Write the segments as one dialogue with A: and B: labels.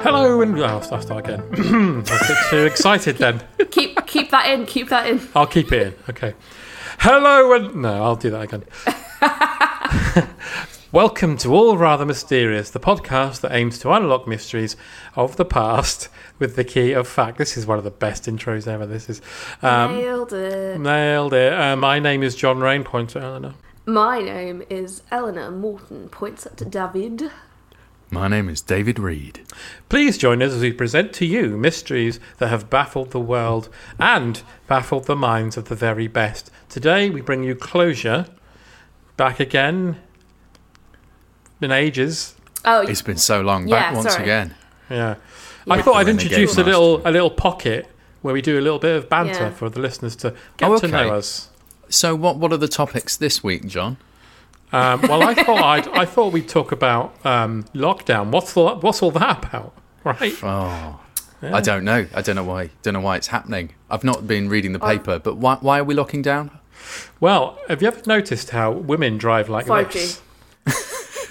A: Hello and oh, I'll start again. I was a bit too excited then.
B: keep keep that in. Keep that in.
A: I'll keep it in. Okay. Hello and no, I'll do that again. Welcome to All Rather Mysterious, the podcast that aims to unlock mysteries of the past with the key of fact. This is one of the best intros ever. This is um,
B: Nailed it.
A: nailed it. Uh, my name is John Rain. Point uh, to Eleanor.
B: My name is Eleanor Morton. Points at David.
C: My name is David Reed.
A: Please join us as we present to you mysteries that have baffled the world and baffled the minds of the very best. Today we bring you closure. Back again in ages.
B: Oh,
C: It's been so long.
B: Yeah,
C: Back once
B: sorry.
C: again.
A: Yeah. I thought
C: the
A: I'd
C: Renegade
A: introduce a
C: Master.
A: little a little pocket where we do a little bit of banter
B: Yeah.
A: for the listeners to get
C: Oh,
A: to know
C: okay.
A: us.
C: So, what what are the topics this week, John?
A: Um, well, I thought I'd, I thought we'd talk about um, lockdown. What's all, what's all that about? Right?
C: Oh, I don't know. I don't know why. Don't know why it's happening. I've not been reading
B: Oh.
C: the paper, but why why are we locking down?
A: Well, have you ever noticed how women drive like
B: 5G.
A: this?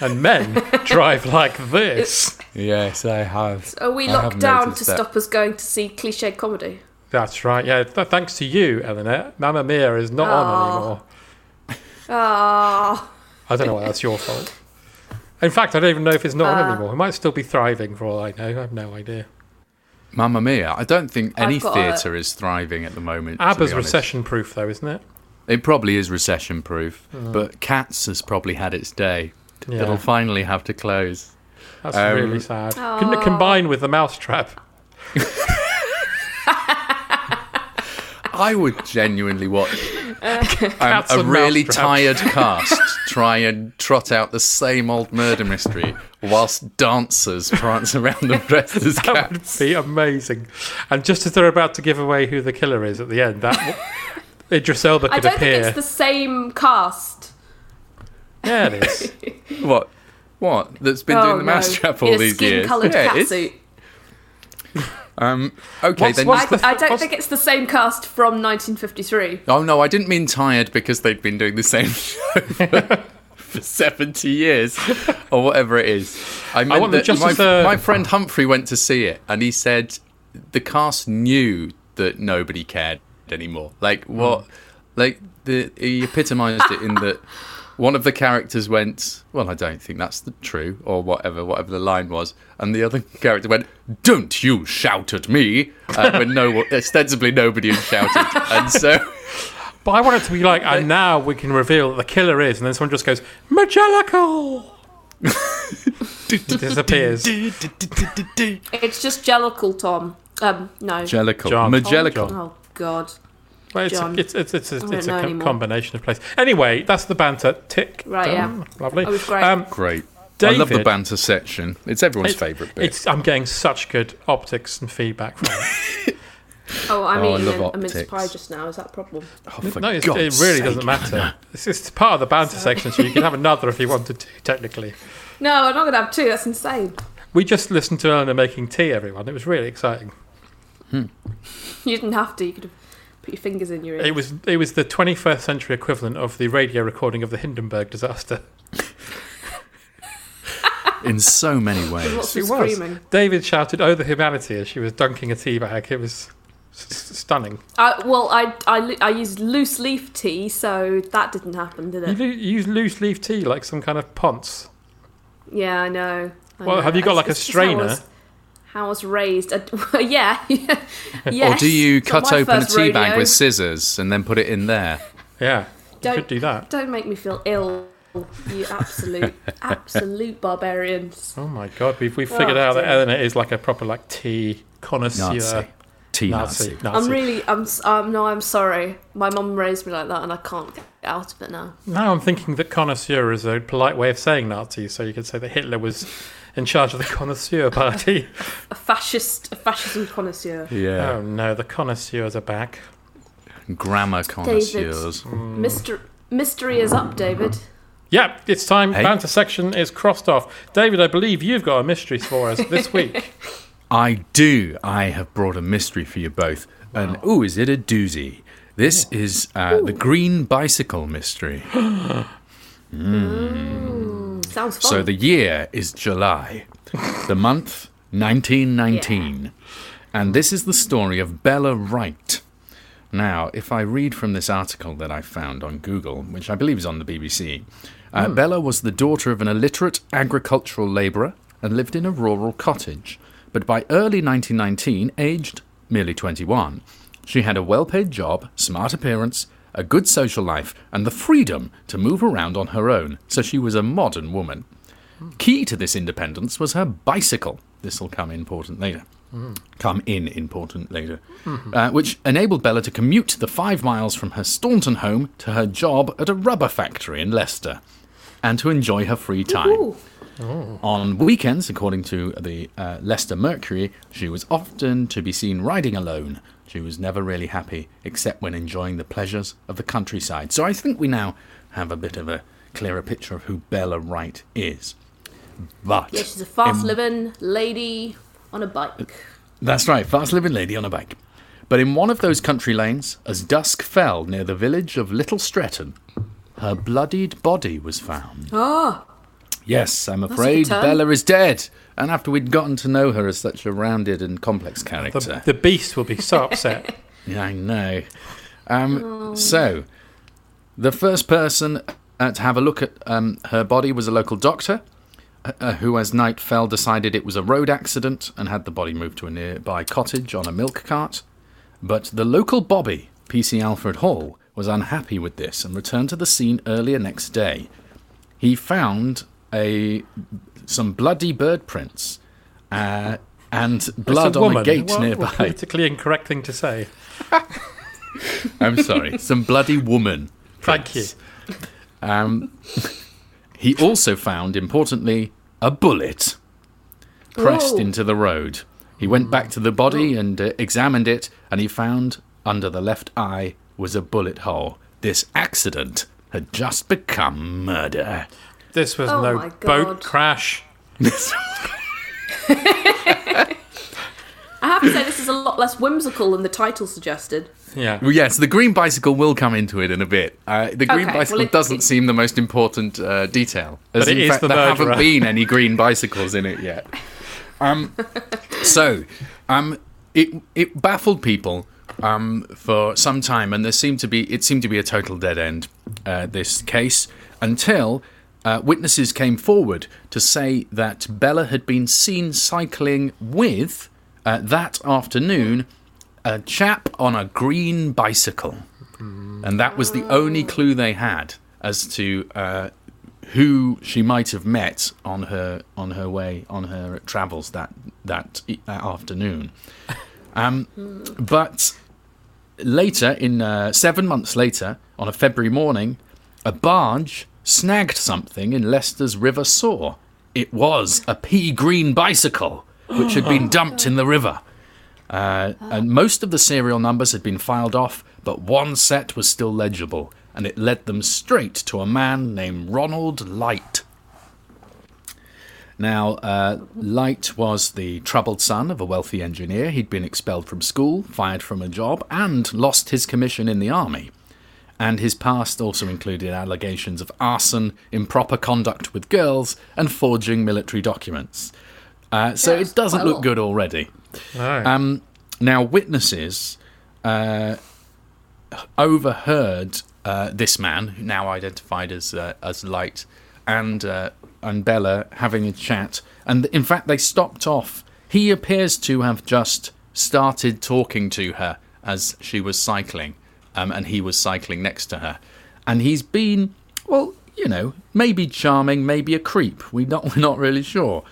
A: and men drive like this.
C: Yes, I have.
B: are we locked down to stop us going to see cliche comedy?
A: That's right. Yeah. Th- thanks to you, Eleanor. Mamma Mia is not on anymore.
B: Ah,
A: I don't know why that's your fault. In fact, I don't even know if it's not on anymore. It might still be thriving for all I know. I have no idea.
C: Mamma Mia! I don't think any
B: I've got a-
C: theatre is thriving at the moment. to be
A: ABBA's
C: honest.
A: recession proof, though, isn't it?
C: It probably is recession proof, but Cats has probably had its day.
A: Yeah.
C: It'll finally have to close.
A: That's
C: Um,
A: really sad. Couldn't it combine with the mousetrap?
C: I would genuinely watch um,
A: Cats
C: a
A: and
C: really
A: Mousetrap.
C: tired cast try and trot out the same old murder mystery whilst dancers prance around them dressed as
A: That would
C: cats.
A: be amazing. And just as they're about to give away who the killer is at the end, that Idris Elba
B: I
A: could
B: don't
A: appear.
B: think it's the same cast.
A: Yeah, it is.
C: What? What? That's been doing the
B: Oh, no.
C: mousetrap all
B: In a
C: these years.
B: skin-coloured
C: Yeah,
B: cat
C: it's-
B: suit.
C: Um, okay,
A: What's-
C: then.
A: what's
B: I,
A: the-
B: I don't
A: what's-
B: think it's the same cast from 1953.
C: Oh no, I didn't mean tired because they've been doing the same show for, for seventy years or whatever it is. I meant
A: want them
C: that
A: just
C: my,
A: as a-
C: my friend Humphrey went to see it, and he said the cast knew that nobody cared anymore. Like
A: Hmm.
C: what? Like the he epitomised it in that one of the characters went, "Well, I don't think that's the true," or whatever, whatever the line was, and the other character went, "Don't you shout at me!" Uh, when no one, ostensibly nobody had shouted, and so.
A: But I want it to be like, and now we can reveal that the killer is, and then someone just goes, Majelical! It disappears.
B: It's just Jellicle Tom. Um, no.
C: Jellicle.
A: John.
C: Magellical.
B: Oh, God.
A: Well, it's, a,
B: John.
A: it's, it's, it's,
B: don't
A: a, it's a
B: know
A: com-
B: anymore.
A: combination of places. Anyway, that's the banter. Tick.
B: Right,
A: done. Lovely. Um,
B: That was great.
C: Great. I love
A: David.
C: the banter section. It's everyone's
A: it's-
C: favourite bit.
A: It's, I'm getting such good optics and feedback from it.
B: Oh, I'm
C: Oh, I
B: eating
C: love
B: a, a mince
C: optics.
B: pie just now. Is that a problem?
C: Oh, for
A: no, it's, it
C: God's
A: really
C: sake,
A: doesn't matter.
C: Hannah.
A: It's just part of the banter section, so you can have another if you wanted to, technically.
B: No, I'm not going to have two. That's insane.
A: We just listened to Eleanor making tea, everyone. It was really exciting.
B: You didn't have to. You could have put your fingers in your ear.
A: It was it was the 21st century equivalent of the radio recording of the Hindenburg disaster.
C: In so many ways.
B: Lots of screaming.
A: David shouted, "Oh, the humanity!" as she was dunking a tea bag. It was s- s- stunning.
B: I, well, I, I, lo- I used loose leaf tea, so that didn't happen, did
A: You,
B: it?
A: lo- you use loose leaf tea like some kind of ponce.
B: Yeah, I know. I
A: Well,
B: know.
A: have you got,
B: It's-
A: like, a
B: it's just how I
A: strainer?
B: was- How I was raised. I, yeah. yes.
C: Or do you
B: It's not
C: cut
B: my
C: open a
B: first
C: tea bag
B: rodeo.
C: with scissors and then put it in there?
A: Yeah,
B: Don't-
A: you could do that.
B: Don't make me feel ill. You absolute, absolute barbarians.
A: Oh my god, we've we've figured
B: Oh,
A: out that
B: dear.
A: Eleanor is like a proper like tea connoisseur.
C: Nazi. Tea Nazi.
A: Nazi.
B: I'm
A: Nazi.
B: really, I'm, s- um, no, I'm sorry. My mum raised me like that, and I can't get out of it now.
A: Now I'm thinking that connoisseur is a polite way of saying Nazi, so you could say that Hitler was in charge of the connoisseur party.
B: A fascist, a fascism connoisseur.
C: Yeah.
A: Oh no, the connoisseurs are back. Oh.
C: Grammar connoisseurs.
A: Hmm.
B: Myster- mystery is up, David.
A: Yep, it's time.
C: Hey.
A: Banter section is crossed off. David, I believe you've got a mystery for us this week.
C: I do. I have brought a mystery for you both. And oh, is it a doozy? This is uh, the green bicycle mystery.
B: Sounds fun.
C: So the year is July, the month 1919. And this is the story of Bella Wright. Now, if I read from this article that I found on Google, which I believe is on the BBC, uh, Bella was the daughter of an illiterate agricultural labourer and lived in a rural cottage. But by early 1919, aged merely 21, she had a well paid job, smart appearance, a good social life, and the freedom to move around on her own, so she was a modern woman. Key to this independence was her bicycle. This will come important later. Come in important later. Uh, which enabled Bella to commute the five miles from her Staunton home to her job at a rubber factory in Leicester and to enjoy her free time. Oh.
B: Ooh.
C: On weekends, according to the uh, Leicester Mercury, she was often to be seen riding alone. She was never really happy, except when enjoying the pleasures of the countryside. So I think we now have a bit of a clearer picture of who Bella Wright is. But
B: Yeah, she's a fast
C: in-
B: living lady on a bike.
C: that's right, fast living lady on a bike. But in one of those country lanes, as dusk fell near the village of Little Stretton, her bloodied body was found.
B: Oh,
C: Yes, I'm
B: a
C: afraid
B: good turn.
C: Bella is dead. And after we'd gotten to know her as such a rounded and complex
A: The,
C: character,
A: the beast will be so upset.
C: Yeah, I know. Um, So, the first person uh, to have a look at um, her body was a local doctor, uh, uh, who, as night fell, decided it was a road accident and had the body moved to a nearby cottage on a milk cart. But the local Bobby, PC Alfred Hall, was unhappy with this and returned to the scene earlier next day. He found a some bloody bird prints uh, and blood
A: It's
C: on a gate
A: What a
C: nearby.
A: Politically incorrect thing to say.
C: I'm sorry. Some bloody woman.
A: Thank you.
C: He also found, importantly, a bullet pressed
B: Whoa. Oh.
C: into the road. He went back to the body and uh, examined it, and he found under the left eye was a bullet hole. This accident had just become murder.
A: This was
B: Oh my
A: no
B: God.
A: boat crash.
B: I have to say this is a lot less whimsical than the title suggested.
A: Yeah.
C: Well, yes, the green bicycle will come into it in a bit. Uh, the green
B: Okay,
C: bicycle
B: well, it-
C: doesn't seem the most important uh, detail, as
A: But it
C: in
A: is
C: fact
A: the
C: there
A: murderer.
C: haven't been any green bicycles in it yet. Um, so, um, it it baffled people um, for some time, and there seemed to be it seemed to be a total dead end uh, this case until. Uh, witnesses came forward to say that Bella had been seen cycling with uh, that afternoon a chap on a green bicycle. And that was the only clue they had as to uh, who she might have met on her on her way on her travels that that, e- that afternoon. Um, but later, in uh, seven months later, on a February morning, a barge snagged something in Leicester's River Saw. It was a pea green bicycle, which had been dumped in the river. Uh, and most of the serial numbers had been filed off, but one set was still legible, and it led them straight to a man named Ronald Light. Now, uh, Light was the troubled son of a wealthy engineer. He'd been expelled from school, fired from a job, and lost his commission in the army. And his past also included allegations of arson, improper conduct with girls, and forging military documents. Uh, so
B: Yeah,
C: it doesn't
B: quite a
C: look
B: lot.
C: good already.
A: Right.
C: Um, now, witnesses uh, overheard uh, this man, now identified as uh, as Light, and uh, and Bella having a chat, and in fact they stopped off. He appears to have just started talking to her as she was cycling, um, and he was cycling next to her, and he's been well. You know, maybe charming, maybe a creep. We not, we're not really sure.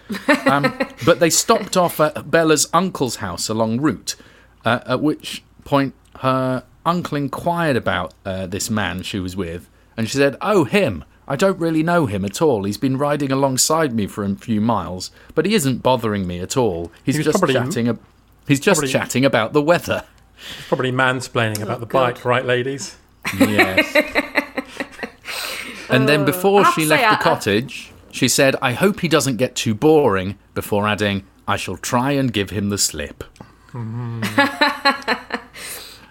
C: Um, but they stopped off at Bella's uncle's house along route, uh, at which point her uncle inquired about uh, this man she was with, and she said, "Oh, him. I don't really know him at all. He's been riding alongside me for a few miles, but he isn't bothering me at all. He's
A: He was
C: just
A: probably-
C: chatting. Ab- he's just
A: probably-
C: chatting about the weather."
A: Probably mansplaining about the
B: Oh God.
A: bike, right, ladies?
C: Yes. and then
B: Uh, I
C: before
B: have
C: she
B: to say,
C: left
B: I-
C: the cottage, she said, I hope he doesn't get too boring, before adding, I shall try and give him the slip.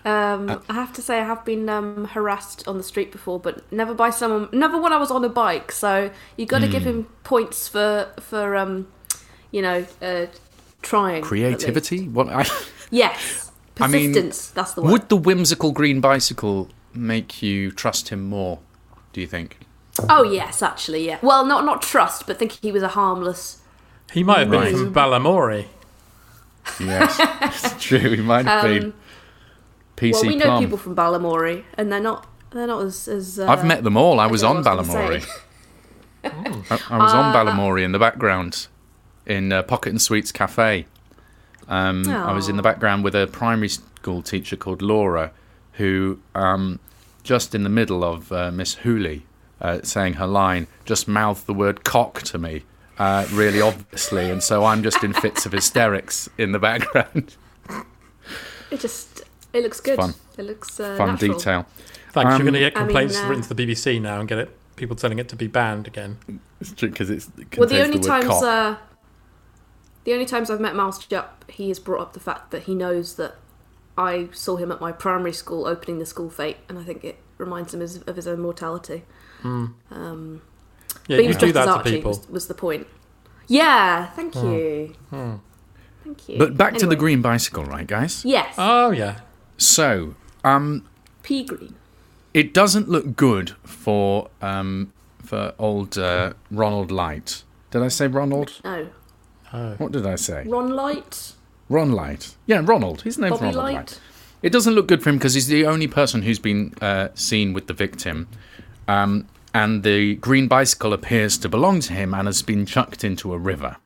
C: Uh,
B: I have to say I have been um, harassed on the street before, but never by someone, never when I was on a bike. So you got to
C: Hmm.
B: give him points for for um, you know, uh, trying at least.
C: Creativity? What I,
B: Yes,
C: I mean,
B: persistence. that's the word.
C: would the whimsical green bicycle make you trust him more, do you think?
B: Oh yes, actually, yeah. Well, not not trust, but think he was a harmless.
A: He might have been
C: Right.
A: from Balamori.
C: Yes. it's true, he might have been PC
B: Well, Um, we know
C: Plum.
B: people from Balamori, and they're not they're not as. as uh,
C: I've met them all. I was
B: know
C: on
B: what I was gonna
C: Balamori. I, I was on
B: Uh,
C: Balamori in the background in uh, Pocket and Sweets Cafe. Um, I was
B: Oh.
C: in the background with a primary school teacher called Laura, who um, just in the middle of uh, Miss Hooley uh, saying her line, just mouthed the word cock to me. Uh, really obviously, and so I'm just in fits of hysterics in the background.
B: It just it looks good.
C: fun.
B: It looks uh,
C: Fun
B: natural.
C: detail.
A: Thanks.
C: Um,
A: You're going to get
B: I mean,
A: complaints
B: uh,
A: written to the BBC now and get it. People telling it to be banned again.
C: Because it's it
B: Well, the
C: contains
B: only
C: word
B: times
C: cock.
B: uh, the only times I've met Miles Jupp, he has brought up the fact that he knows that I saw him at my primary school opening the school fete, and I think it reminds him of, of his own mortality.
A: Yeah,
B: But he
A: you
B: was
A: do
B: dressed as
A: that to
B: Archie.
A: people. Hmm.
B: Was, was the point? Yeah. Thank you. Thank you.
C: But back to the
B: Anyway.
C: green bicycle, right, guys?
B: Yes.
A: Oh yeah.
C: So, um,
B: pea green.
C: it doesn't look good for um, for old uh, Ronald Light. Did I say Ronald?
B: No.
C: What did I say?
B: Ron Light.
C: Ron Light. Yeah, Ronald. His name's
B: Bobby
C: Ronald Light.
B: Light.
C: It doesn't look good for him because he's the only person who's been uh, seen with the victim. Um, and the green bicycle appears to belong to him and has been chucked into a river.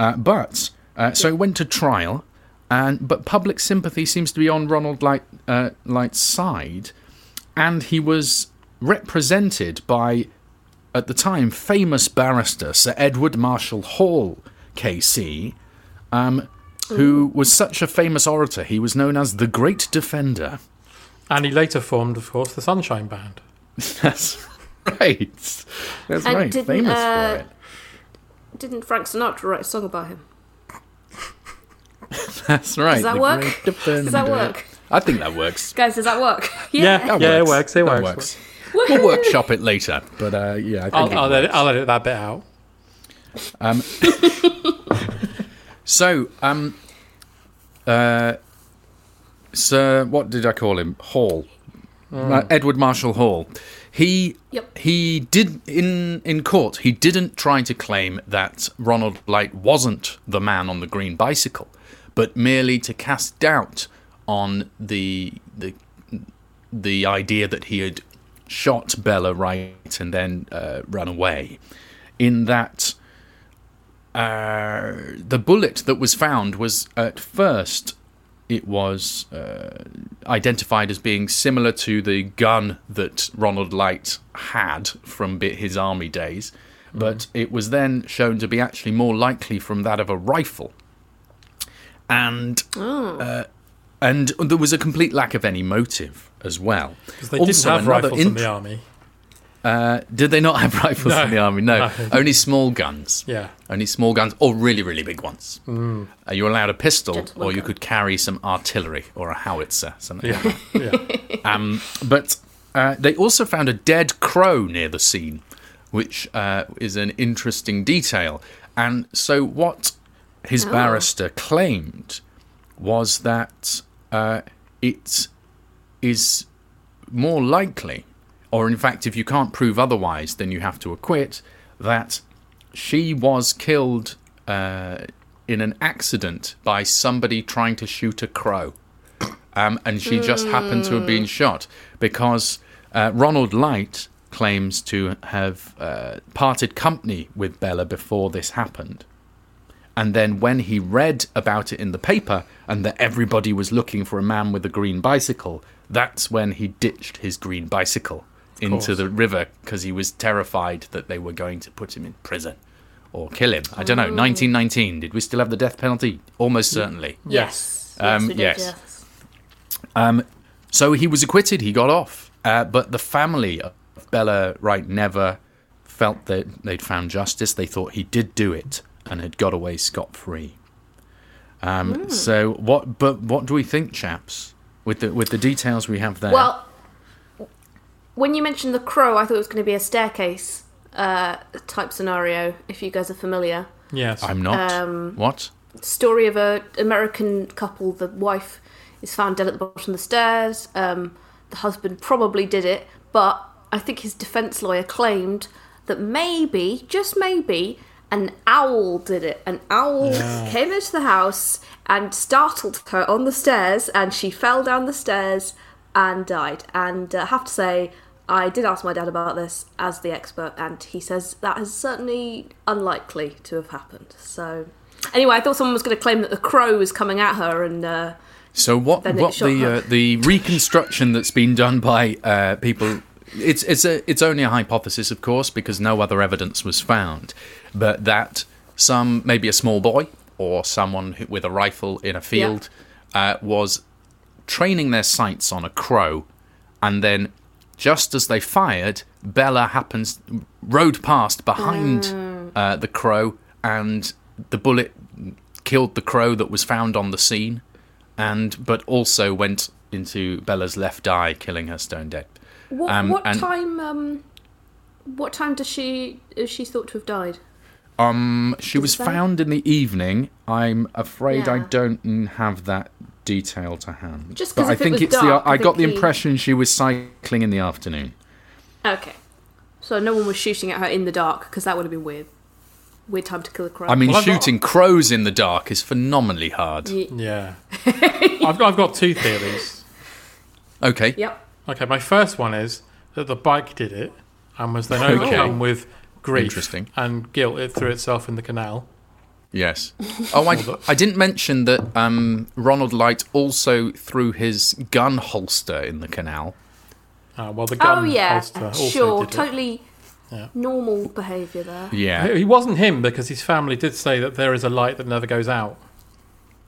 C: Uh, but, uh, so it went to trial, and but public sympathy seems to be on Ronald Light, uh, Light's side, and he was represented by, at the time, famous barrister Sir Edward Marshall Hall, KC, who was such a famous orator, he was known as the Great Defender.
A: And he later formed, of course, the Sunshine Band.
C: That's right. That's
B: And
C: right.
B: didn't,
C: Famous
B: uh,
C: for it.
B: Didn't Frank Sinatra write a song about him?
C: That's right.
B: that
C: the
B: work?
C: Great
B: Does that
C: Defender.
B: work?
C: I think that works.
B: Guys, does that work?
A: Yeah.
C: That
A: it works, it
C: That
A: works.
C: We'll workshop it later, but uh, yeah, I think.
A: I'll,
C: it
A: I'll,
C: works.
A: edit, I'll edit that bit out.
C: So, um, uh, Sir, what did I call him? Hall, Uh, Edward Marshall Hall. He
B: Yep.
C: he did in in court. He didn't try to claim that Ronald Blight wasn't the man on the green bicycle, but merely to cast doubt on the the the idea that he had shot Bella right and then uh, ran away. In that, uh, the bullet that was found was at first it was uh, identified as being similar to the gun that Ronald Light had from bi- his army days,
A: Mm-hmm.
C: but it was then shown to be actually more likely from that of a rifle. And uh, and there was a complete lack of any motive as well.
A: 'Cause They
C: Also,
A: didn't have
C: another
A: rifles in
C: int-
A: the army.
C: Did they not have rifles
A: No.
C: in the army? No,
A: No.
C: only small guns.
A: Yeah.
C: Only small guns or really, really big ones. Uh, you were allowed a pistol
B: Gentleman
C: or you
B: gun.
C: could carry some artillery or a howitzer, something like
A: Yeah, yeah.
C: um, but uh, they also found a dead crow near the scene, which uh, is an interesting detail. And so, what his barrister claimed was that uh, it is more likely, or in fact, if you can't prove otherwise, then you have to acquit, that she was killed uh, in an accident by somebody trying to shoot a crow um, and she just happened to have been shot because uh, Ronald Light claims to have uh, parted company with Bella before this happened. And then when he read about it in the paper and that everybody was looking for a man with a green bicycle, that's when he ditched his green bicycle into
A: course.
C: the river because he was terrified that they were going to put him in prison or kill him. I don't know. 1919. Did we still have the death penalty? Almost certainly.
B: Yes.
C: Um,
B: we did,
C: yes. So he was acquitted. He got off. Uh, but the family of Bella Wright never felt that they'd found justice. They thought he did do it and had got away scot free. Um, So what? But what do we think, chaps? With the with the details we have there.
B: Well, when you mentioned the crow, I thought it was going to be a staircase uh, type scenario. If you guys are familiar,
A: Yes.
C: I'm not. what?
B: story of a American couple. The wife is found dead at the bottom of the stairs. Um, the husband probably did it, but I think his defense lawyer claimed that maybe, just maybe, an owl did it. An owl came into the house and startled her on the stairs, and she fell down the stairs and died. And uh, I have to say. I did ask my dad about this as the expert, and he says that is certainly unlikely to have happened. So, Anyway, I thought someone was going to claim that the crow was coming at her, and uh,
C: So what?
B: Then it
C: What
B: shot
C: the
B: her.
C: uh, the reconstruction that's been done by uh, people? It's it's a it's only a hypothesis, of course, because no other evidence was found. But that some maybe a small boy or someone who, with a rifle in a field uh, was training their sights on a crow, and then just as they fired, Bella happens rode past behind
B: Oh.
C: uh, the crow, and the bullet killed the crow that was found on the scene, and but also went into Bella's left eye, killing her stone dead.
B: what,
C: Um,
B: what
C: and-
B: time? Um, what time does she is she thought to have died?
C: Um, she was
B: say?
C: found in the evening. I'm afraid I
B: Yeah.
C: don't mm, have that detail to hand.
B: Just
C: but
B: 'cause
C: I
B: if it
C: think
B: was
C: it's
B: dark,
C: the. I,
B: I think
C: got the
B: he-
C: impression she was cycling in the afternoon.
B: Okay, so no one was shooting at her in the dark because that would have been weird. Weird time to kill a crow.
C: I mean,
A: Well, I've got-
C: shooting crows in the dark is phenomenally hard.
A: Yeah. I've got, I've got two theories.
C: Okay.
B: yep.
A: Okay, my first one is that the bike did it and was then
C: Okay.
A: overcome with grief
C: Interesting.
A: and guilt. It threw itself in the canal.
C: Yes. Oh, I, I didn't mention that um, Ronald Light also threw his gun holster in the canal.
A: Uh, well, the gun
B: Oh yeah,
A: holster also
B: sure,
A: did it.
B: totally normal behaviour there.
C: Yeah.
A: He wasn't him because his family did say that there is a light that never goes out.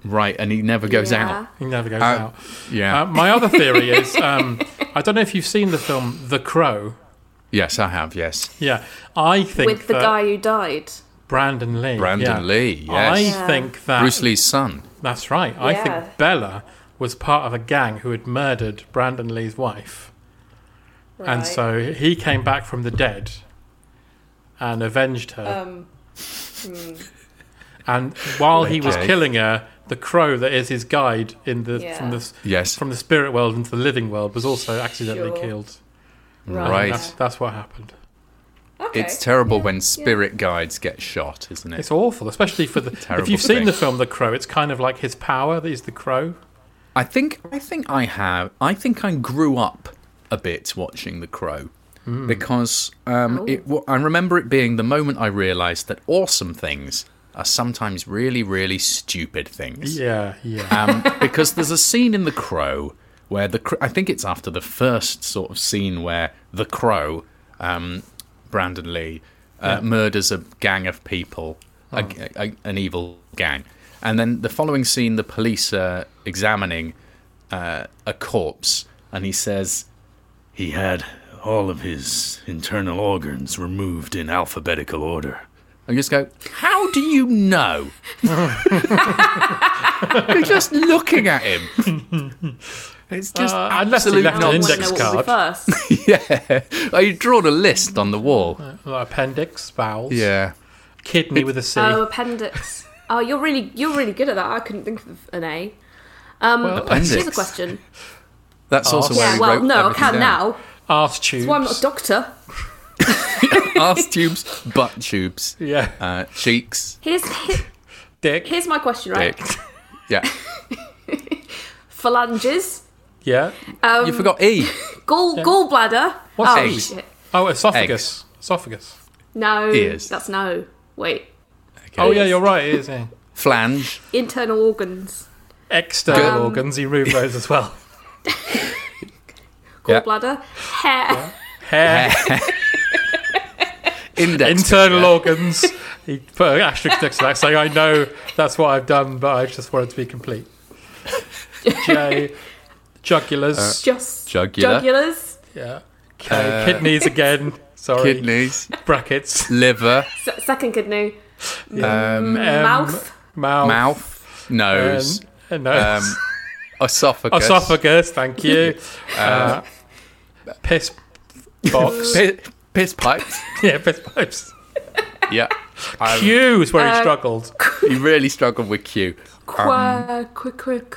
C: Right, and he never goes
B: Yeah.
C: out.
A: He never goes
C: Uh,
A: out.
C: Yeah.
A: Uh, my other theory is um, I don't know if you've seen the film The Crow.
C: yes, I have. Yes.
A: Yeah, I think
B: With the
A: that
B: guy who died.
A: Brandon Lee.
C: Brandon
A: yeah.
C: Lee,
A: I
C: yes.
B: Yeah.
A: think that
C: Bruce Lee's son.
A: That's right. I
B: Yeah.
A: think Bella was part of a gang who had murdered Brandon Lee's wife. And
B: Right.
A: so he came back from the dead and avenged her.
B: Um, hmm.
A: And while he was
C: Okay.
A: killing her, the crow that is his guide in the
B: Yeah.
A: from the s-
C: Yes.
A: from the spirit world into the living world was also accidentally
B: Sure.
A: killed.
C: Right.
A: That's, that's what happened.
B: Okay.
C: It's terrible when spirit guides get shot, isn't it?
A: It's awful, especially for the.
C: Terrible
A: if you've seen
C: thing.
A: the film The Crow, it's kind of like his power that is the crow.
C: I think I think I have. I think I grew up a bit watching The Crow because um, it, wa- I remember it being the moment I realised that awesome things are sometimes really, really stupid things.
A: Yeah, yeah.
C: Um, because there's a scene in The Crow where the cr- I think it's after the first sort of scene where the Crow, um, Brandon Lee, uh, murders a gang of people, a g a an evil gang, and then the following scene the police are examining uh, a corpse, and he says he had all of his internal organs removed in alphabetical order. I just go, how do you know? You're just looking at him. It's just
A: Uh, unless he
C: absolutely
A: left an
B: Now I want to
A: index
B: know
C: nonsense.
B: what will be first.
C: Yeah, oh, you drawn a list on the wall.
A: Like appendix, bowels,
C: Yeah,
A: kidney with a C.
B: Oh, appendix. Oh, you're really you're really good at that. I couldn't think of an A. Um, here's a
C: appendix.
B: question.
C: that's also
A: Yeah,
C: where
B: Yeah,
C: we
B: well,
C: wrote
B: no, I
C: everything
B: can
C: down.
B: now.
A: Arse tubes.
B: That's why I'm not a doctor.
C: Arse tubes, butt tubes,
A: Yeah.
C: uh, cheeks,
B: Here's he-
A: Dick.
B: here's my question, right?
C: dick. Yeah,
B: Phalanges,
A: yeah.
B: Um,
C: you forgot e.
B: gall gallbladder.
A: What's
B: oh
C: eggs?
B: shit!
A: Oh, esophagus. Esophagus.
B: No,
C: Ears.
B: that's no. Wait,
A: Oh, yeah, you're right. It is. Yeah.
C: Flange.
B: internal organs,
A: External
C: Um,
A: organs. He removed those as well.
C: Yeah.
B: gallbladder, hair,
A: Hair.
C: Index.
A: Internal
C: finger.
A: organs. He put an asterisk next to that, saying, "I know that's what I've done, but I just wanted to be complete." J. Jugulars.
B: just
C: Jugular.
B: jugulars,
A: yeah. K. kidneys again. Sorry.
C: Kidneys.
A: Brackets.
C: Liver.
B: se- second kidney, Mm,
C: Um,
B: mouth,
A: Mouth.
C: mouth.
A: Um,
C: Nose.
A: no.
C: Um, esophagus.
A: Esophagus, thank you. Uh, piss box.
C: Pi- piss pipes.
A: yeah, piss pipes.
C: yeah. I-
A: Q is where he struggled.
C: you really struggled with Q. um,
B: qua- quick, quick,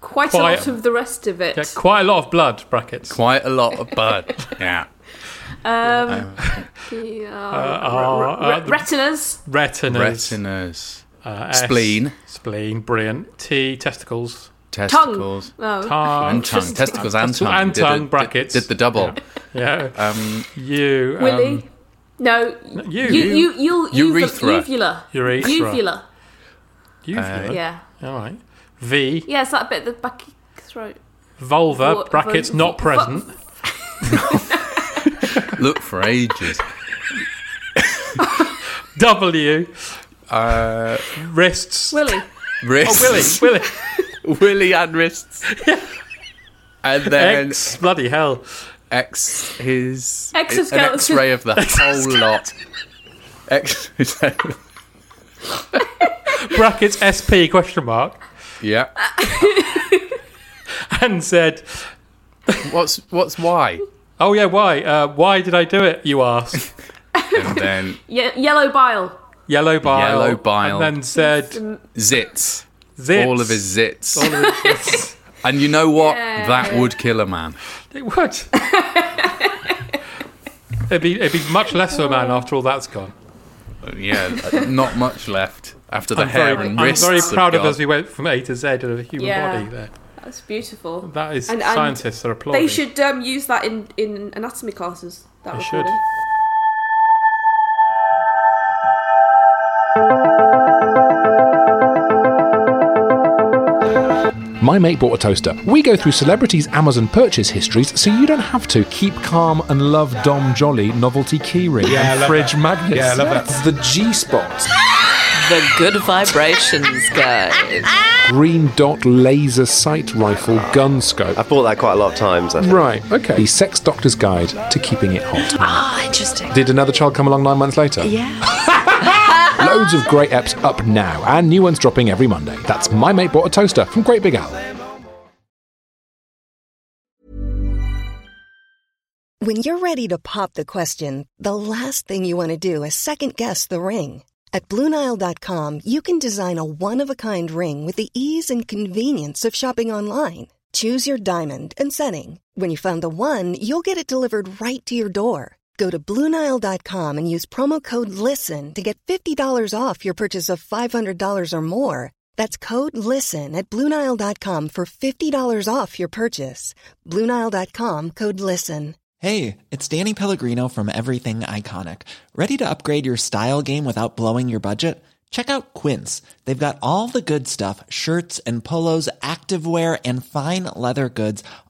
B: quite a
A: Quiet.
B: lot of the rest of it.
A: Yeah, quite a lot of blood, brackets.
C: Quite a lot of bud. Yeah.
B: Yeah.
A: uh,
B: Re-
A: uh,
B: retinas,
A: retinas.
C: Retinas.
A: uh, S.
C: Spleen.
A: Spleen, brilliant. T, testicles.
C: Testicles.
B: Oh.
A: Tongue.
C: And tongue. Testicles and tongue.
A: Oh, And
C: Did a-
A: tongue,
C: did-
A: brackets.
C: Did the double.
A: yeah.
C: Um,
A: you.
B: willy.
A: Um,
B: no,
A: you.
B: you, you, you,
C: Urethra.
B: uvula,
A: Urethra.
B: uvula.
C: Uh,
A: you.
B: Yeah,
A: All right. V,
B: yeah, it's that bit at the back of your throat.
A: vulva,
B: What-
A: brackets,
B: vul-
A: not
B: vu-
A: present.
C: Look for ages.
A: Oh, W,
C: Uh,
A: wrists.
B: Willy,
C: wrists.
A: Willy, Willy.
C: Willy. and wrists. And then X,
A: X, bloody hell.
C: his
B: Exoskeleton.
C: an X-ray of the whole lot. X.
A: Brackets, SP, question mark.
C: yeah.
A: And said,
C: What's what's why?
A: Oh yeah, why? Uh, why did I do it? You asked.
C: And then
B: Ye- yellow bile,
A: Yellow bile.
C: Yellow bile.
A: And then said,
C: zits.
A: zits.
C: All of his zits.
A: All of his-
C: And you know what? That would kill a man.
A: it would. it'd be it'd be much less of a man after all that's gone.
C: Yeah, not much left after the
A: I'm
C: hair
A: very,
C: and
A: I'm
C: wrists.
A: very
C: have
A: proud of
C: gone.
A: us. We went from A to Z of a human
B: Yeah.
A: body. There,
B: that's beautiful.
A: that is
B: And- and
A: scientists are applauding.
B: They should um, use that in, in anatomy classes. That
A: They should.
B: recording.
D: My mate bought a toaster. We go through celebrities' Amazon purchase histories so you don't have to. Keep calm and love Dom Jolly novelty keyring
E: Yeah, I
D: and
E: love
D: fridge
E: that.
D: magnets.
E: Yeah, I love that.
D: The G spot,
F: The Good Vibrations Guide.
D: green dot laser sight rifle gun scope.
G: I've bought that quite a lot of times. I think.
D: Right, okay. The sex doctor's guide to keeping it hot.
F: Ah, interesting.
D: Did another child come along nine months later?
F: Yeah.
D: Loads of great apps up now, and new ones dropping every Monday. That's My Mate Bought a Toaster from Great Big Al.
H: When you're ready to pop the question, the last thing you want to do is second guess the ring. At Bluenile.com, you can design a one of a kind ring with the ease and convenience of shopping online. Choose your diamond and setting. When you find the one, you'll get it delivered right to your door. Go to Bluenile.com and use promo code LISTEN to get $50 off your purchase of $500 or more. That's code LISTEN at Bluenile.com for $50 off your purchase. Bluenile.com code LISTEN.
I: Hey, it's Danny Pellegrino from Everything Iconic. Ready to upgrade your style game without blowing your budget? Check out Quince. They've got all the good stuff shirts and polos, activewear, and fine leather goods,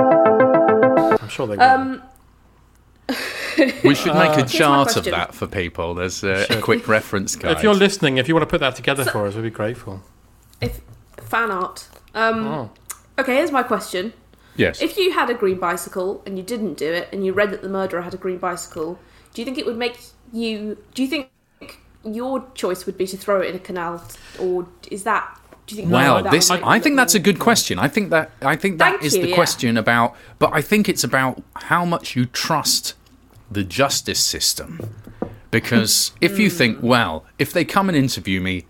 A: I'm sure they will.
B: Um,
C: We should make a chart of
B: question.
C: that for people. There's a, a quick reference guide.
A: if you're listening, if you want to put that together for us, we'd be grateful.
B: if fan art. Um,
A: Oh.
B: Okay, here's my question.
C: yes.
B: If you had a green bicycle and you didn't do it, and you read that the murderer had a green bicycle, do you think it would make you? Do you think your choice would be to throw it in a canal, or is that? Do you think?
C: Wow,
B: that
C: this
B: might- Mm.
C: I think that's a good question. I think that I think that
B: Thank
C: is
B: you,
C: the
B: yeah.
C: question about but I think it's about how much you trust the justice system. Because if
B: Mm.
C: you think, well, if they come and interview me,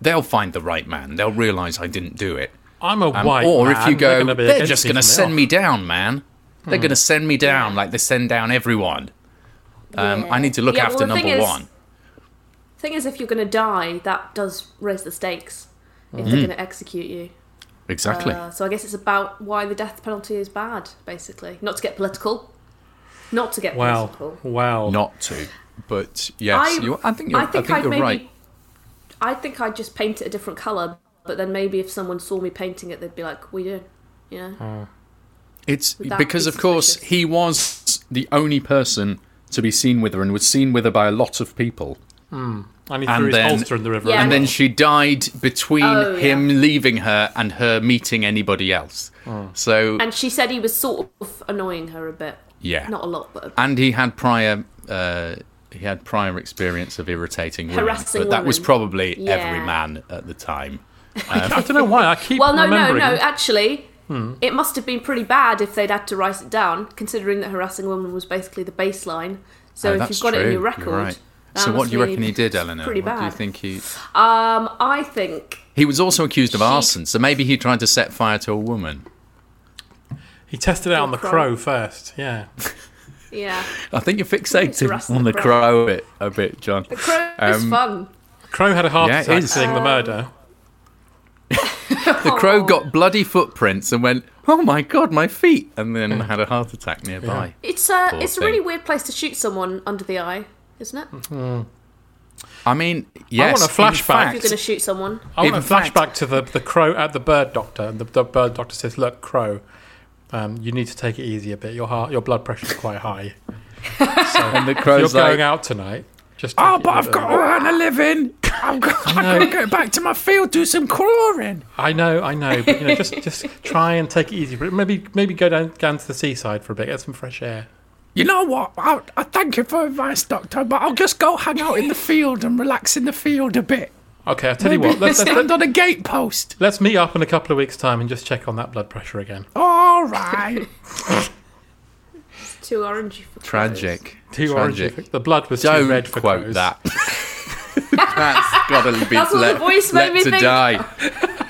C: they'll find the right man. They'll realize I didn't do it.
A: I'm a
C: Um,
A: white
C: or
A: man.
C: if you
A: they're,
C: go,
A: gonna be
C: they're,
A: against
C: just
A: me
C: going to
A: from the
C: send
A: off."
C: me down, man. They're
B: Mm.
C: going to send me down like they send down everyone. Um, I need to look
B: Yeah, well,
C: after
B: the thing
C: number
B: is-
C: one.
B: Thing is, if you're going to die, that does raise the stakes. If they're
C: Mm.
B: going to execute you,
C: Exactly.
B: uh, so I guess it's about why the death penalty is bad, basically. Not to get political. Not to get
A: Wow.
B: political.
A: Wow.
C: Not to. But yes,
B: I-
C: you, I think you're, I think
B: I'd
C: you're
B: maybe-
C: right.
B: I think I'd just paint it a different colour, but then maybe if someone saw me painting it, they'd be like, "We do," you know.
C: It's
B: Would that
C: because,
B: be
C: of course,
B: suspicious?
C: he was the only person to be seen with her and was seen with her by a lot of people.
A: And he
C: And
A: threw
C: then-
A: his holster in the river.
B: Yeah.
C: And then she died between
B: Oh, yeah.
C: him leaving her and her meeting anybody else. So,
B: And she said he was sort of annoying her a bit.
C: yeah.
B: Not a lot, but a bit.
C: And he had prior. Uh, he had prior experience of irritating women,
B: Harassing
C: but that was
B: women.
C: probably
B: Yeah.
C: every man at the time.
A: I don't know why. I keep
B: well, no, no, Uh,
A: remembering.
B: no. Actually,
C: Hmm.
B: it must have been pretty bad if they'd had to write it down, considering that harassing women was basically the baseline. So
C: Oh,
B: if
C: that's
B: you've got it in
C: true.
B: your
C: You're
B: record,
C: right.
B: that
C: So, what
B: must
C: do you
B: mean
C: reckon he did, Eleanor?
B: Pretty
C: What
B: bad.
C: do you think he?
B: Um, I think
C: He was also accused of
B: She-
C: arson, so maybe he tried to set fire to a woman.
A: He tested it out on the
B: Crow.
A: crow first. Yeah.
B: yeah,
C: I think you're
B: it's Russ
C: fixated
B: the
C: on the
B: Crow.
C: crow a bit, a bit, John.
B: the crow was
C: Um,
B: fun.
A: Crow had a heart
C: Yeah, it
A: attack
C: is.
A: seeing
B: Oh.
A: the murder.
C: The crow got bloody footprints and went, "Oh my god, my feet!" and then had a heart attack nearby.
B: It's a
C: Poor
B: it's a
C: thing.
B: really weird place to shoot someone under the eye, isn't it?
C: I mean, yes.
A: a flashback.
C: in
B: If you're
C: fact-
B: going to shoot someone,
A: I want
C: In
A: to
C: fact-
A: flashback to the the crow at the bird doctor. The, the bird doctor says, "Look, crow, um, you need to take it easy a bit. Your heart, your blood pressure's quite high.
C: and the
A: If you're
C: crow's
A: going
C: like,
A: out tonight. Just take
C: "Oh,
A: it
C: but
A: easy."
C: I've got to earn a living. I've got, I've got to go back to my field, do some crawling."
A: I know, I know, but you know, just just try and take it easy. But maybe maybe go down down to the seaside for a bit, get some fresh air.
C: You know what? I, I thank you for advice, doctor, but I'll just go hang out in the field and relax in the field a bit.
A: Okay, I'll tell you what. Let's, let's,
C: stand on a gatepost.
A: let's meet up in a couple of weeks' time and just check on that blood pressure again.
C: All right.
B: it's too orangey. For
C: Tragic.
A: Too
C: Tragic.
A: orange. The blood was
C: Don't
A: too red for
C: quote
A: crows.
C: that. That's gotta be
B: That's what
C: let,
B: the voice
C: let
B: made me
C: to
B: think.
C: die.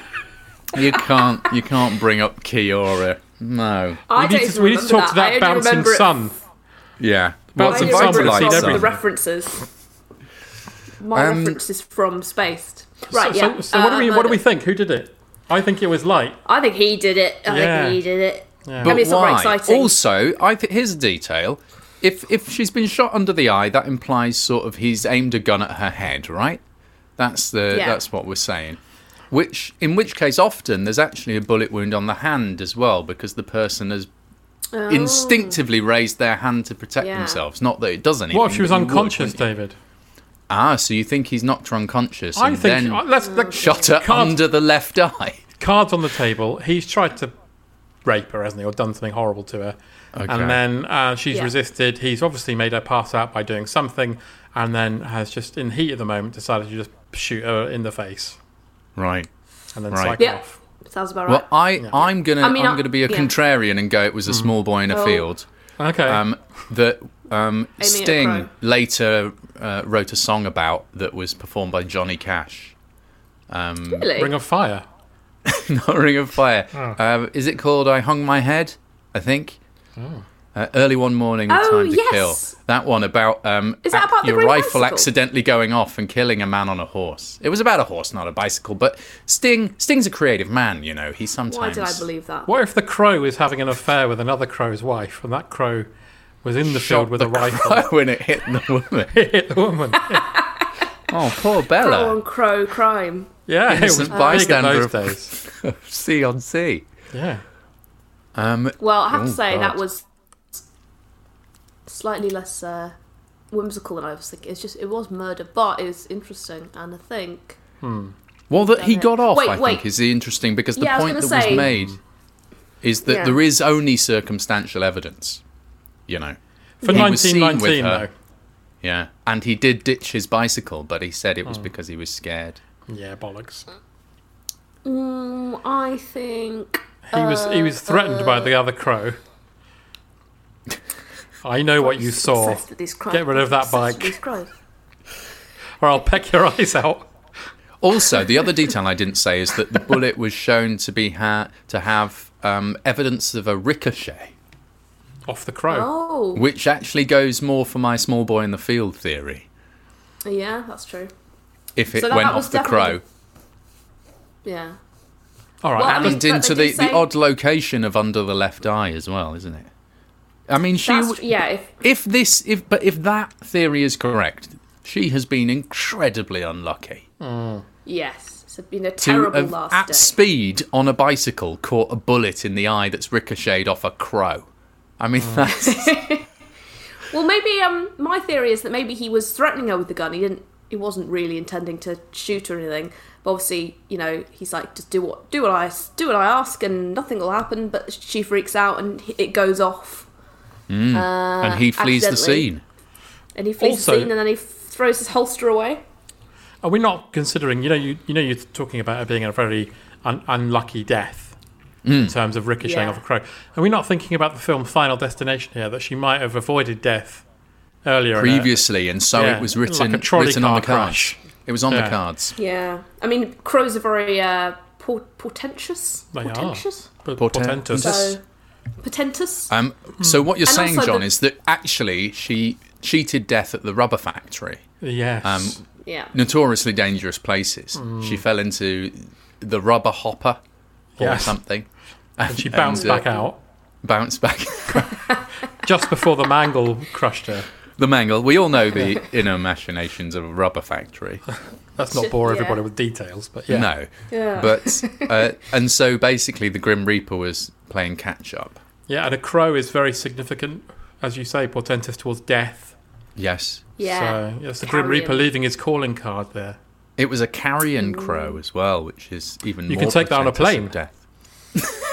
C: You can't you can't bring up Kiora. No.
B: I
A: We
B: don't
A: need,
B: even
A: to, we need to
B: remember
A: talk to that
B: I only
A: bouncing
B: remember it-
A: sun.
C: Yeah.
B: I
A: Bouncing
B: only
A: sun
B: remember it
A: Sunlight,
B: from
A: everything.
B: the references. My
C: Um,
B: reference is from Spaced. Right,
A: so,
B: yeah.
A: so, so what do
B: uh,
A: we what do we
B: murder.
A: think? Who did it? I think it was light.
B: I think he did it. I
A: Yeah.
B: think he did it.
C: But
B: I mean, it's not
C: why?
B: very exciting.
C: Also, I th- here's a detail. If if she's been shot under the eye, that implies sort of he's aimed a gun at her head, right? That's the
B: Yeah.
C: that's what we're saying. Which in which case often there's actually a bullet wound on the hand as well because the person has
B: Oh.
C: instinctively raised their hand to protect
B: Yeah.
C: themselves. Not that it does anything.
A: What if she was
C: but you would,
A: unconscious,
C: wouldn't you?
A: David?
C: Ah, so you think he's knocked her unconscious
A: I
C: and
A: think-
C: then
A: I- let's- let's-
C: shot her
A: Can't-
C: under the left eye.
A: Cards on the table. He's tried to rape her, hasn't he, or done something horrible to her?
C: Okay.
A: And then uh, she's
B: Yeah.
A: resisted. He's obviously made her pass out by doing something, and then has just, in the heat of the moment, decided to just shoot her in the face
C: Right.
A: and then
C: Right.
A: psych
B: Yeah.
A: her off.
B: Sounds about
C: Well,
B: right.
C: I I'm gonna
B: I mean,
C: I'm
B: I-
C: gonna be a
B: yeah.
C: contrarian and go. It was a small boy in a
B: Oh.
C: field.
A: Okay.
C: um, that
B: Amy
C: um,
B: Acro.
C: Sting later uh, wrote a song about that was performed by Johnny Cash. um,
B: really?
A: Ring of Fire.
C: Not Ring of Fire. Um, is it called I Hung My Head? I think. Uh, early one morning, with
B: Oh,
C: time to
B: yes.
C: kill. That one about um,
B: Is that about the
C: your
B: green
C: rifle
B: bicycle?
C: accidentally going off and killing a man on a horse. It was about a horse, not a bicycle. But Sting, Sting's a creative man. You know, he sometimes.
B: Why did I believe that?
A: What if the crow is having an affair with another crow's wife, and that crow was in the
C: shot
A: field with
C: the
A: a rifle?
C: crow when it hit the woman.
A: hit the woman.
C: oh, poor Bella.
B: Crow on crow crime.
A: Yeah, it was
C: Innocent
A: big in
C: bystander
A: those
C: of-
A: days.
C: C on C.
A: Yeah.
C: Um,
B: Well, I have to
C: Oh,
B: say that
C: God.
B: was slightly less uh, whimsical than I was thinking. It's just it was murder, but it was interesting, and I think
C: well, that he
B: Damn it.
C: got off,
B: Wait,
C: I
B: wait.
C: think, is the interesting because the
B: Yeah, I was
C: point that
B: gonna
C: was
B: say-
C: made is that
B: Yeah.
C: there is only circumstantial evidence. You know,
A: For
C: He was seen with
A: 1919,
C: her.
A: though.
C: yeah. And he did ditch his bicycle, but he said it
A: Oh.
C: was because he was scared.
A: Yeah, bollocks.
B: mm, I think
A: He was he was threatened by the other crow. I know what you saw,
B: obsessed with these crimes.
A: Get rid of that
B: Obsessed with
A: bike.
B: these crimes.
A: or I'll peck your eyes out.
C: Also, the other detail I didn't say is that the bullet was shown to be ha- to have um, evidence of a ricochet,
A: Off the crow.
B: Oh,
C: which actually goes more for my small boy in the field theory.
B: yeah, that's true.
C: If it
B: So that-
C: went
B: that was
C: off the
B: definitely-
C: crow,
B: Yeah.
A: All right.
B: Well, I
A: that
B: mean-
A: was-
C: and
B: but
C: into
B: they
C: the,
B: do say-
C: the odd location of under the left eye as well, isn't it? I mean, she.
B: That's,
C: w-
B: tr- yeah, if
C: If this, if but if that theory is correct, she has been incredibly unlucky
B: yes, it's been a
C: to
B: Hmm. terrible
C: have
B: last
C: at
B: day.
C: speed on a bicycle caught a bullet in the eye that's ricocheted off a crow. I mean,
A: Hmm.
C: that's
B: well, maybe um, my theory is that maybe he was threatening her with the gun. He didn't. He wasn't really intending to shoot or anything. But obviously, you know, he's like, just do what, do what I, s- do what I ask, and nothing will happen. But she freaks out, and h- it goes off,
C: and he flees the
B: accidentally.
C: scene.
B: and he flees the
A: Also-
B: scene, and then he f- throws his holster away.
A: Are we not considering? You know, you you know, you're talking about it being a very un- unlucky death in
C: Hmm.
A: terms of ricocheting
B: Yeah.
A: off a crow. Are we not thinking about the film Final Destination here? That she might have avoided death earlier. in her-
C: Previously, and so
A: Yeah,
C: it was
A: like a
C: written,
A: trolley
C: written on
A: car
C: the cards.
A: crash.
C: It was on the
A: Yeah.
C: cards.
B: Yeah, I mean, crows are very uh, por- portentous.
A: They are.
B: portentous.
A: But
C: Portent-
A: portentous. Uh,
B: So, portentous.
C: Um, so what you're
B: And
C: saying,
B: also
C: John,
B: the-
C: is that actually she cheated death at the rubber factory.
A: yes.
C: Um,
B: yeah.
C: notoriously dangerous places.
A: Mm.
C: She fell into the rubber hopper or
A: Yes.
C: something.
A: and she bounced
C: and, uh,
A: back out
C: Bounced back.
A: just before the mangle crushed her.
C: the mangle. We all know the inner machinations of a rubber factory.
A: Let's not bore
B: Yeah.
A: everybody with details, but yeah.
C: No.
B: Yeah.
C: But uh, and so basically, the Grim Reaper was playing catch up.
A: Yeah, and a crow is very significant, as you say, portentous towards death.
C: Yes.
B: yeah.
A: So yes, the Grim
B: Carrion.
A: Reaper leaving his calling card there.
C: It was a carrion crow as well, which is even
A: You
C: more.
A: can take that on a
C: portentous of
A: plane.
C: Death.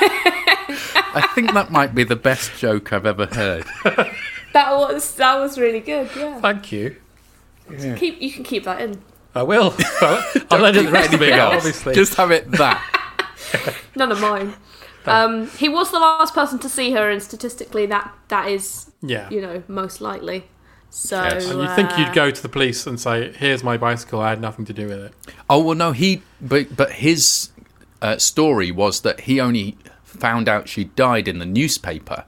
C: I think that might be the best joke I've ever heard.
B: That was that was really good. Yeah.
A: Thank you.
B: Keep you can keep that in.
A: I will. I'll I'll edit the rest of it out, obviously.
C: Just have it that.
B: None of mine. Um, he was the last person to see her, and statistically, that that is,
A: yeah.
B: you know, most likely. So uh,
C: Yes.
A: and you think you'd go to the police and say, "Here's my bicycle. I had nothing to do with it."
C: Oh well, no, he but but his uh, story was that he only found out she died in the newspaper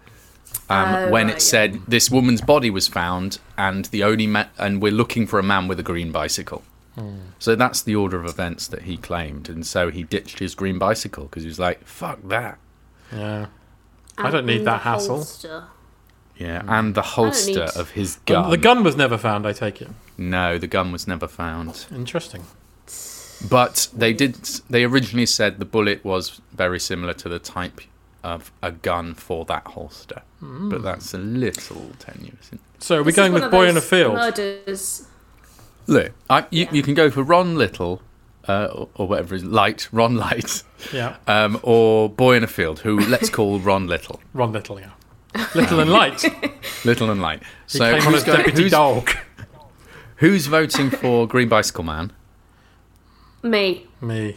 C: um,
B: Oh,
C: when
B: right, yeah.
C: it said this woman's body was found and the only ma- and we're looking for a man with a green bicycle.
B: Hmm.
C: So that's the order of events that he claimed, and so he ditched his green bicycle because he was like, "Fuck that."
A: Yeah. I don't need that hassle.
B: Holster.
C: Yeah, and the holster
B: Hmm. need-
C: of his
A: And
C: gun.
A: The gun was never found, I take it.
C: No, the gun was never found.
A: Interesting.
C: But they did. They originally said the bullet was very similar to the type of a gun for that holster, but
A: Mm.
C: that's a little tenuous. isn't it?
A: So are we
B: This is
A: going
B: one
A: with
B: of
A: Boy
B: those
A: in a Field?
B: Murders.
C: Look, I, you, you can go for Ron Little, uh, or, or whatever is Light, Ron Light,
A: Yeah.
C: um, or Boy in a Field, who let's call Ron Little,
A: Ron Little, yeah. Little and Light. He
C: Little and Light.
A: came on as
C: go-
A: deputy
C: who's-
A: dog.
C: who's voting for Green Bicycle Man?
B: Me.
A: Me.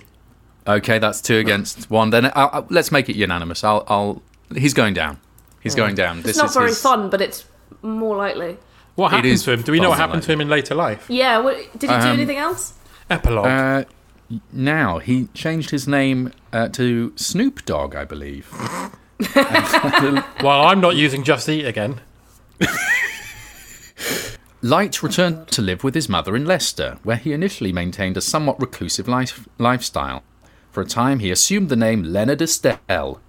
C: Okay, that's two against one. Then I'll, I'll- let's make it unanimous. I'll, I'll. He's going down. He's going down.
B: It's not
C: is
B: very
C: his-
B: fun, but it's more likely.
A: What
C: It
A: happened
C: is
A: to him? Do we know what
C: buzzing
A: happened to him in later life?
B: Yeah. What, did he do
C: Um,
B: anything else?
A: Epilogue.
C: Uh, now he changed his name uh, to Snoop Dogg, I believe.
A: well, I'm not using Just Eat again.
C: Light returned to live with his mother in Leicester, where he initially maintained a somewhat reclusive life- lifestyle. For a time, he assumed the name Leonard Estelle,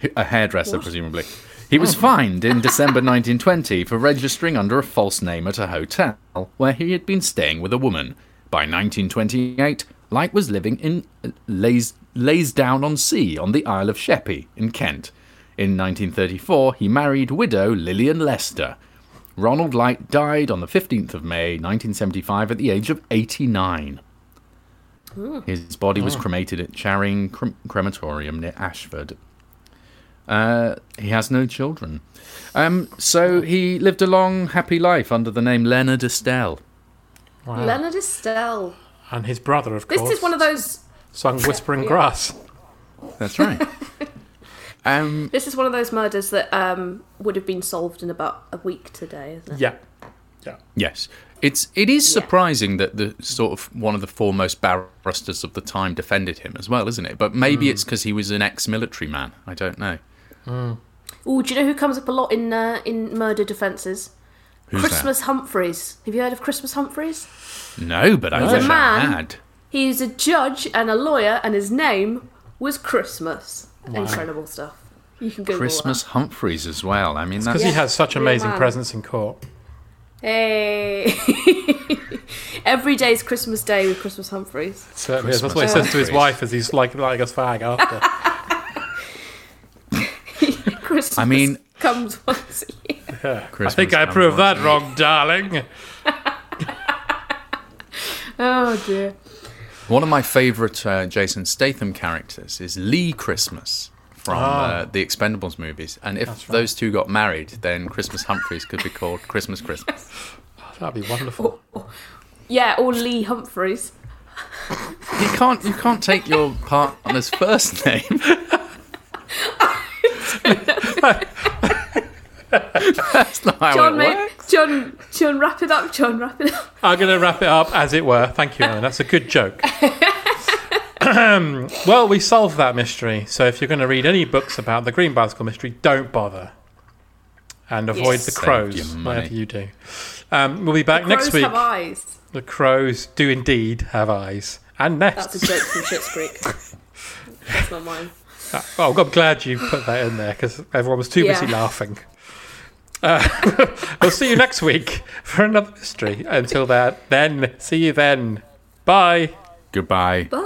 C: who- a hairdresser, presumably. He was fined in December 1920 for registering under a false name at a hotel where he had been staying with a woman. By 1928, Light was living in uh, Lays, Laysdown on Sea on the Isle of Sheppey in Kent. In 1934, he married widow Lillian Lester. Ronald Light died on the 15th of May 1975 at the age of 89. His body was cremated at Charing Crem- Crematorium near Ashford. Uh, he has no children. Um, so he lived a long, happy life under the name Leonard Estelle.
A: Wow.
B: Leonard Estelle.
A: And his brother, of
B: This
A: course.
B: is one of those.
A: Sung Whispering Grass.
C: That's right. um,
B: This is one of those murders that um, would have been solved in about a week today, isn't it?
A: Yeah. Yeah.
C: yes. It's it is
B: Yeah.
C: surprising that the sort of one of the foremost barristers of the time defended him as well, isn't it? But maybe it's because he was an ex-military man. I don't know.
B: Oh, do you know who comes up a lot in uh, in murder defences?
C: Who's that?
B: Christmas Humphreys. Have you heard of Christmas Humphreys?
C: No, but I
B: He's a
C: wish I
B: man.
C: had.
B: He's a judge and a lawyer, and his name was Christmas. Incredible stuff. You can Google
C: Christmas Humphreys as well. I mean,
A: Because
C: that's
A: he has such
B: Real
A: amazing
B: man.
A: presence in court.
B: that. Hey, every day's Christmas Day with Christmas Humphreys.
A: Certainly is. That's what he
C: Christmas
A: says to his
C: trees.
A: wife as he's like lighting us fag after.
B: Christmas.
C: I mean-
B: comes once a year.
A: I
C: Christmas
A: think I
C: comes
A: proved
C: once
A: that
C: a
A: wrong, darling.
B: Oh dear.
C: One of my favourite uh, Jason Statham characters is Lee Christmas from uh, the Expendables movies. And if those two got married, then Christmas Humphreys could be called Christmas Christmas.
A: That'd be wonderful.
B: Yeah, or Lee Humphreys.
C: You can't, you can't take your partner's first name. That's not how
B: John,
C: it
B: mate-
C: works.
B: John, John, wrap it up. John, wrap it up.
A: I'm going to wrap it up as it were. Thank you, Ellen. That's a good joke. well, we solved that mystery. So if you're going to read any books about the Green Bicycle mystery, don't bother. And avoid
B: Yes.
A: the
C: Save your
A: crows,
C: money.
A: whatever you do. Um, we'll be back next
B: Crows
A: week.
B: have eyes.
A: The crows do indeed have eyes and nests.
B: That's a joke from Shit's Creek. That's not mine.
A: Oh, I'm glad you put that in there because everyone was too busy
B: Yeah.
A: laughing. Uh, we'll see you next week for another mystery. Until that, then, see you then. Bye.
C: Goodbye.
B: Bye.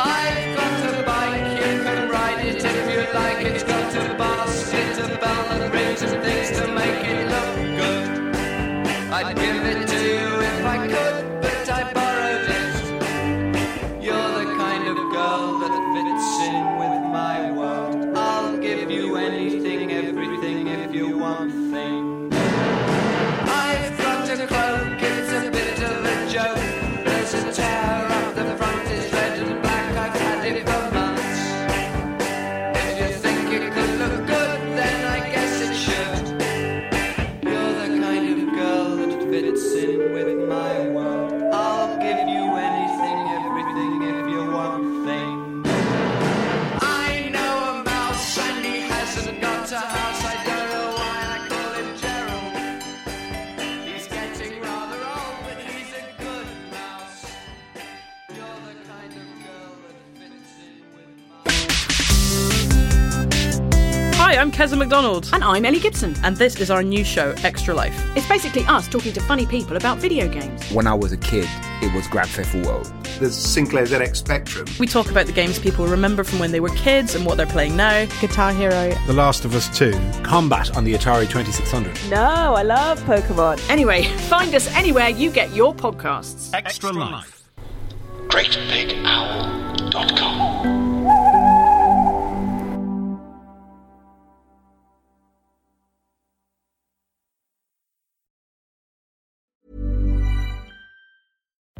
I: I've got a bike, you can ride it if you like. It's got a basket, a bell, and rings and things to make it look good. I'd give it to you if I could, but I borrowed it. You're the kind of girl that fits in with my world. I'll give you anything, everything, if you want things. I've got a cloak, it's a bit of a joke. There's a tear up the front, it's red and black, I've had it for months. If you think it could look good, then I guess it should. You're the kind of girl that fits in
B: I'm Keza McDonald. And I'm Ellie Gibson. And this is our new show, Extra Life.
J: It's basically us talking to funny people about video games.
D: When I was a kid, it was Gravfeffel World. There's Sinclair ZX Spectrum.
B: We talk about the games people remember from when they were kids and what they're playing now. Guitar Hero.
K: The Last of Us 2. Combat on the Atari 2600.
J: No, I love Pokemon. Anyway, find us anywhere you get your podcasts.
L: Extra Life. GreatBigOwl.com.